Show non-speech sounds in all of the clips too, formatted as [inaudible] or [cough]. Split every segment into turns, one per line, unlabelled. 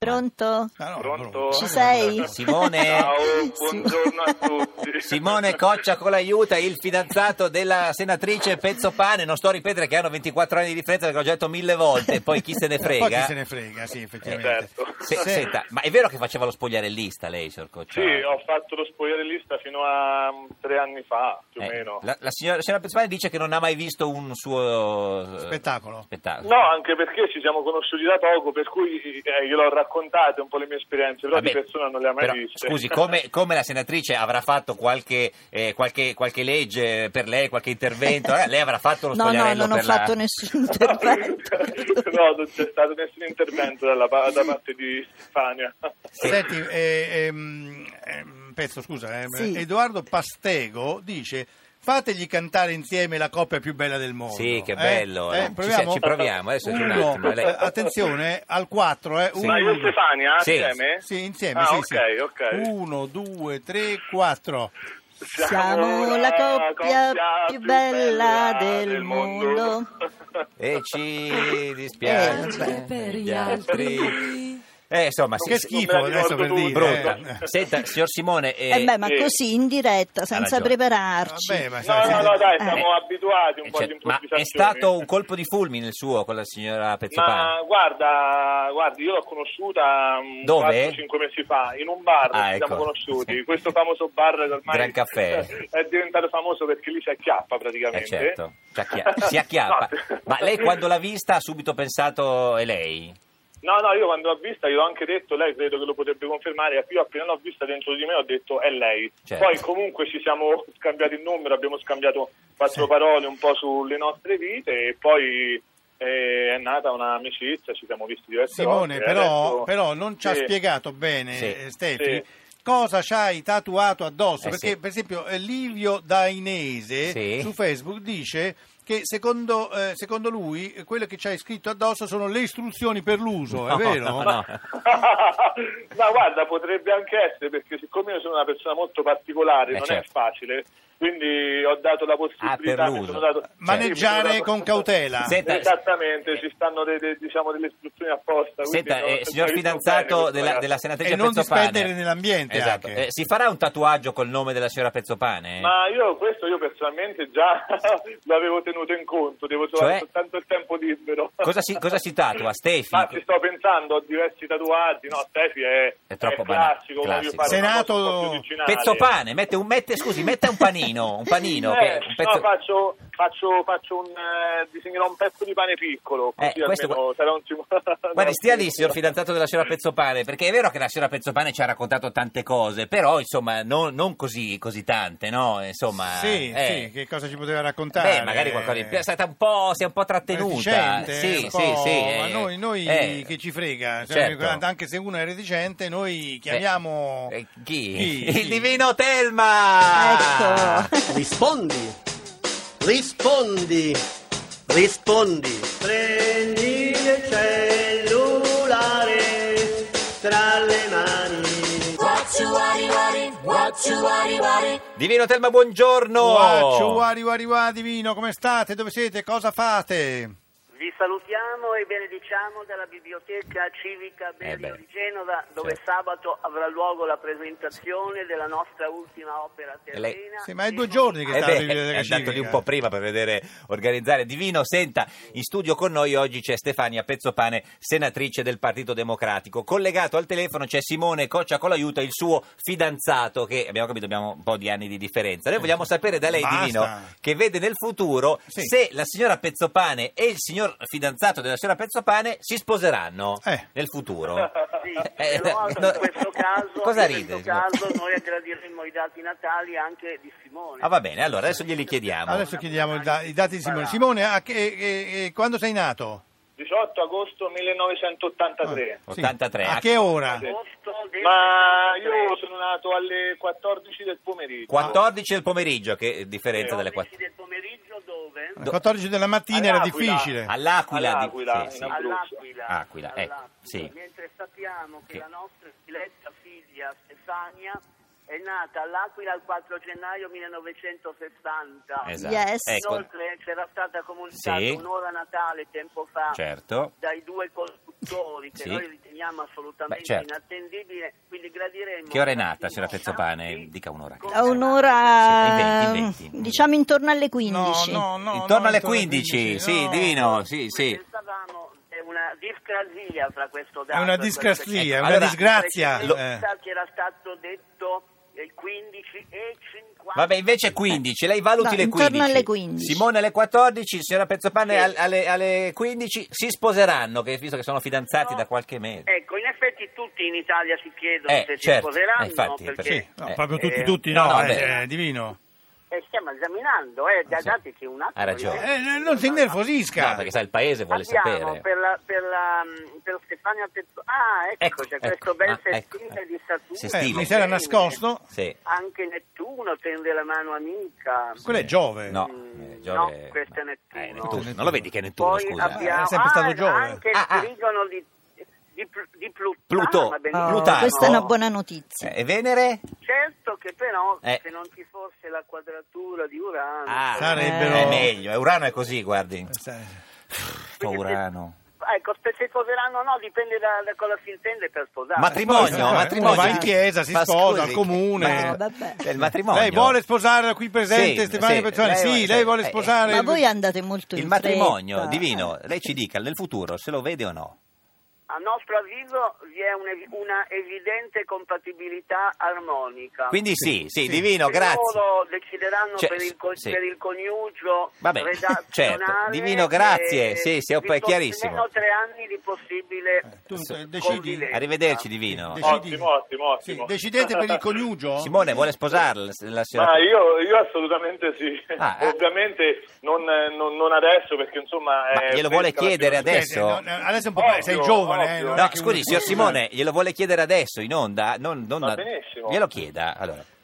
Pronto?
Ah,
Pronto?
Ci sei?
Simone?
Ciao,
Sì.
buongiorno a tutti.
Simone Coccia con l'aiuta, il fidanzato della senatrice Pezzo Pane. Non sto a ripetere che hanno 24 anni di differenza perché l'ho già detto mille volte, poi chi se ne frega.
Poi chi se ne frega, sì, effettivamente.
Certo.
Se- senta, ma è vero che faceva lo spogliarellista lei, signor Coccia?
Sì, ho fatto lo spogliarellista fino a mm, tre anni fa, più o
Eh,
meno.
La, la signora, la signora Pezzo Pane dice che non ha mai visto un suo eh,
Spettacolo.
spettacolo.
No, anche perché ci siamo conosciuti da poco, per cui eh, gliel'ho raccontate un po' le mie esperienze, però
Vabbè,
di persona non le ha mai
Ah, però,
viste.
Scusi,
[laughs]
come, come la senatrice avrà fatto qualche, eh, qualche, qualche legge per lei, qualche intervento? Eh, lei avrà fatto lo
No, no,
spogliarello
non ho
per la-
fatto
[laughs]
nessun intervento.
no, non c'è stato nessun intervento dalla pa- da parte di Stefania.
Senti, eh, ehm, ehm, pezzo, scusa, ehm,
Sì.
Edoardo Pastego dice fategli cantare insieme la coppia più bella del mondo.
Sì, che
Eh?
bello, eh. Ci
proviamo?
si- ci proviamo, adesso ci
Uno, Eh,
un attimo, lei-
Attenzione, al 4, eh.
Sì.
Ma io e
Uno,
Stefania,
Sì.
insieme?
sì, insieme,
Ah,
sì,
ok,
sì.
ok.
Uh,
Uno, due, tre, quattro.
Siamo la coppia più bella del mondo.
E ci
Eh,
dispiace
vabbè.
per gli altri. Eh, insomma, sì,
Che
sì,
schifo,
non me la
adesso per
ricordo
dire.
tutta.
eh.
brutto. Senta, signor Simone, eh,
Eh beh, ma
Sì.
così in diretta, senza
ragione.
prepararci.
Vabbè, ma
No,
sai,
no,
sì.
no, dai,
Eh.
siamo abituati un po'
cioè,
di
ma
improvvisazione.
è stato un colpo di fulmine il suo con la signora Pezzopane?
Ma guarda, guardi, io l'ho conosciuta
Dove?
5 mesi fa in un bar,
Ah,
ci
ecco.
siamo conosciuti.
Sì.
Questo famoso bar che ormai
Gran Caffè.
[laughs] è diventato famoso perché lì si acchiappa
Eh,
praticamente.
certo, si
[laughs]
acchia- si acchiappa.
No.
Ma lei quando l'ha vista ha subito pensato è lei?
No, no, io quando l'ho vista, gliel'ho anche detto, lei credo che lo potrebbe confermare, io appena l'ho vista dentro di me ho detto è lei.
Certo.
Poi comunque ci siamo scambiati il numero, abbiamo scambiato quattro parole un po' sulle nostre vite e poi eh, è nata un'amicizia, ci siamo visti diverse
Simone,
volte.
però,
Adesso-
però non ci ha
Sì.
spiegato bene,
Sì.
eh, Stefi,
Sì.
cosa ci hai tatuato addosso.
Eh,
Perché,
sì.
per esempio, eh, Livio Dainese
Sì.
su Facebook dice che secondo, eh, secondo lui eh, quello che ci hai scritto addosso sono le istruzioni per l'uso, Oh, è
No,
vero?
[laughs] no, no.
Ma guarda, potrebbe anche essere perché siccome io sono una persona molto particolare,
Eh,
non
certo.
è facile, quindi ho dato la possibilità
per
mi
l'uso.
sono dato-
Cioè-
Maneggiare
sì, mi sono dato-
con cautela.
Senta-
Esattamente, ci stanno de- de- diciamo delle istruzioni apposta. quindi
Senta,
no,
eh,
ho
signor
capito
fidanzato
bene,
della,
ragazzi.
della senatrice
E Eh, non
Pezzopane.
disperdere nell'ambiente
Esatto. Eh,
anche.
si farà un tatuaggio col nome della signora Pezzopane?
Ma io questo io personalmente già [laughs] l'avevo tenuto in conto, devo
Cioè?
trovare soltanto il tempo libero.
Cosa si- cosa si
[laughs]
tatua, Stefi?
Ma ci sto pensando, ho diversi tatuaggi, no, Stefi è,
È troppo banale,
classico, voglio
classico.
fare una cosa un po'
Senato-
più originale.
Pezzopane, mette un, mette, scusi, mette un panino, un panino.
Eh,
che è un pezzo-
no, faccio, faccio, faccio un eh, disegnerò un pezzo di pane piccolo,
Eh,
così
questo
almeno
gu-
sarà un simulacro.
[laughs] Guardi, stia lì, signor fidanzato della signora Pezzopane, perché è vero che la signora Pezzopane ci ha raccontato tante cose, però insomma non, non così, così tante, no? Insomma,
Sì,
eh.
sì, che cosa ci poteva raccontare?
Beh, magari qualcosa di più. È stata un po', si è un po' trattenuta.
Reticente,
Sì,
un
sì,
po',
sì. eh.
ma noi, noi
Eh,
che ci frega, cioè,
certo.
anche se uno è reticente, noi chiamiamo...
Eh, chi?
Chi?
Il divino Telma!
Ecco.
Rispondi. Rispondi. Rispondi. Prendi il cellulare tra le mani.
Divino Telma, buongiorno! Oh.
Guaccio, guari, guari, guari, divino, come state? Dove siete? Cosa fate?
Vi salutiamo e benediciamo dalla Biblioteca Civica Berio
Eh beh,
di Genova, dove
certo.
sabato avrà luogo la presentazione della nostra ultima opera
E
terrena.
lei-
Sì, ma è due giorni che
Eh
state
beh,
in biblioteca
è andato lì
civica.
un po' prima per vedere organizzare. Divino, senta, in studio con noi oggi c'è Stefania Pezzopane, senatrice del Partito Democratico. Collegato al telefono c'è Simone Coccia con l'aiuto, il suo fidanzato, che abbiamo capito abbiamo un po' di anni di differenza. Noi vogliamo sapere da lei,
Esatto. Basta.
Divino, che vede nel futuro
Sì.
se la signora Pezzopane e il signor fidanzato della signora Pezzopane si sposeranno
Eh.
nel futuro.
[laughs] Sì,
[laughs] Eh,
però
no,
in questo caso,
cosa
in questo
ride?
caso noi agradiremmo i dati natali anche di Simone.
Ah, va bene, allora adesso glieli chiediamo.
Adesso chiediamo il da- i dati di Simone. Simone, a che- eh, eh, quando sei nato?
18 agosto 1983.
Ah.
Sì.
83.
A che ora?
Agosto del
Ma
73,
io sono nato alle 14 del pomeriggio.
14 del pomeriggio, che differenza dalle
12
14.
del pomeriggio dove?
Alle 14 della mattina era
All'Aquila.
difficile.
All'Aquila, di-
All'Aquila,
sì, sì.
in Abruzzo.
All'Aquila.
Aquila, ecco,
All'Aquila.
sì.
Mentre sappiamo che
Sì.
la nostra diletta figlia Stefania È nata all'Aquila il 4 gennaio 1960.
Esatto.
Yes.
Ecco,
Inoltre c'era stata comunicata
Sì.
un'ora natale tempo fa
certo.
dai due costruttori che
Sì.
noi riteniamo assolutamente
Beh, certo.
inattendibile, quindi gradiremmo...
Che ora è nata, signora
Sì.
Pezzopane? Dica un'ora.
A
Sì,
un'ora,
dai, venti, venti.
diciamo intorno alle 15.
No, no, no,
Intorno
no,
alle 15, sì,
no.
divino, sì, sì.
Pensavamo è una discrasia fra questo
È
dato
una
e questo-
discrasia, è una
ecco, Allora,
disgrazia.
Lo...
eh.
che era stato detto il 15 e 50.
Vabbè, invece 15, lei valuti
No,
le 15.
intorno alle 15.
Simone alle 14, signora Pezzopane
Sì.
al- alle, alle 15 si sposeranno, che, visto che sono fidanzati
No.
da qualche mese.
Ecco, in effetti tutti in Italia si chiedono
Eh,
se
certo,
si sposeranno,
eh, infatti,
perché
perché-
No,
Eh,
proprio tutti,
eh,
tutti, no,
no,
eh,
beh.
eh, divino.
eh, stiamo esaminando, eh, da-
Sì.
dateci un attimo.
Ha ragione.
Eh, eh, non si innervosisca.
No, perché sa, il paese vuole
Abbiamo
sapere.
per, la, per, la, mm, per Stefania Pezzo... Ah, ecco, c'è questo bel
ah, ecco,
sestile
eh.
di Saturno.
eh,
Sestivo.
mi si era nascosto.
Sì.
Anche Nettuno tende la mano amica.
Quello è Giove.
No,
Mm,
eh, Giove-
no, questo è Nettuno.
Eh, Non lo vedi che è Nettuno,
Poi
scusa.
abbiamo
È sempre stato
ah,
Giove.
anche
Ah, ah.
il trigono di, di, Pl- di Plutarco.
Pluto. Ah,
ma benissimo.
Oh,
Plutarco.
questa è una buona notizia.
Eh, e Venere?
Certo che però,
Eh.
se non ci fosse la quadratura di Urano...
Ah,
Sarebbero-
È meglio, eh, Urano è così, guardi.
Sai,
Sto Urano.
Ecco, se si sposeranno o no, dipende da, da cosa si intende per sposare.
Poi,
Matrimonio,
uno
matrimonio.
va Eh, in chiesa, si
Ma
sposa,
scusi,
al comune.
No, vabbè.
È il matrimonio.
Lei vuole sposare la qui presente
Sì,
Stefania
sì,
Pezzolani?
lei
Sì,
vuole-
lei vuole
eh, eh.
sposare...
Ma voi andate molto in
il matrimonio
fretta.
divino, lei ci dica nel futuro se lo vede o no.
A nostro avviso vi è un- una evidente compatibilità armonica.
Quindi sì, sì, divino,
Se
grazie.
loro decideranno
Cioè,
per, il co-
sì.
per il coniugio
Vabbè,
redazionale,
certo. Divino, grazie.
eh,
Sì, sì,
vi
oh, poi è
sono
chiarissimo.
almeno tre anni di possibile
Tu eh,
convivenza.
decidi...
Arrivederci divino.
Decidi-
Ottimo, ottimo,
Sì,
ottimo.
decidete per il coniugio?
[laughs] Simone vuole sposarla la signora
Ma io, io assolutamente sì,
Ah, ah.
ovviamente non, eh, non- non adesso perché insomma...
Ma
è
glielo vuole
fresca la
chiedere
situazione.
adesso?
Eh, no, no, adesso è un po'
Ovvio,
sei giovane. eh,
ovvio.
non è
No,
che
scusi,
uno-
signor Simone, glielo vuole chiedere adesso in onda? Non, non
Va benissimo.
Glielo chieda. Allora. [laughs]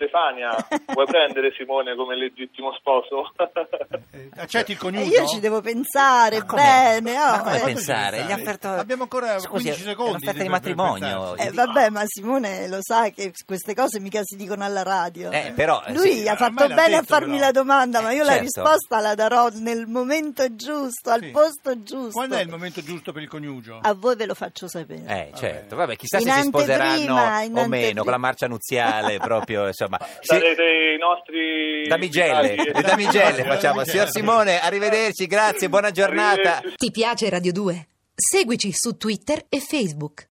Stefania, vuoi prendere Simone come legittimo sposo?
Eh, Accetti il
Eh,
coniugio?
io ci devo pensare bene. oh,
Ma come
eh.
pensare? Gli ha offerto...
Abbiamo ancora
Scusi,
15
è
secondi
un'offerta
per-
di
per- per
matrimonio.
pensarci.
Eh, vabbè, ma Simone lo sa che queste cose mica si dicono alla radio.
Eh, però, eh,
Lui
sì,
ha
ormai
fatto
l'ha
bene a
detto,
farmi
però.
la domanda, ma
Eh,
io la
certo.
risposta la darò nel momento giusto, al
Sì.
posto giusto.
Quando è il momento giusto per il coniugio?
A voi ve lo faccio sapere.
Eh,
Vabbè.
certo, vabbè, chissà
In
se si sposeranno
anteprima, in
o meno,
anteprima.
con la marcia nuziale, proprio, insomma. Sì,
Sarete i nostri...
Damigelle,
invitati.
le damigelle facciamo.
Damigelle.
Signor Simone, arrivederci, grazie, buona giornata.
Arrivederci.
Ti piace Radio 2? Seguici su Twitter e Facebook.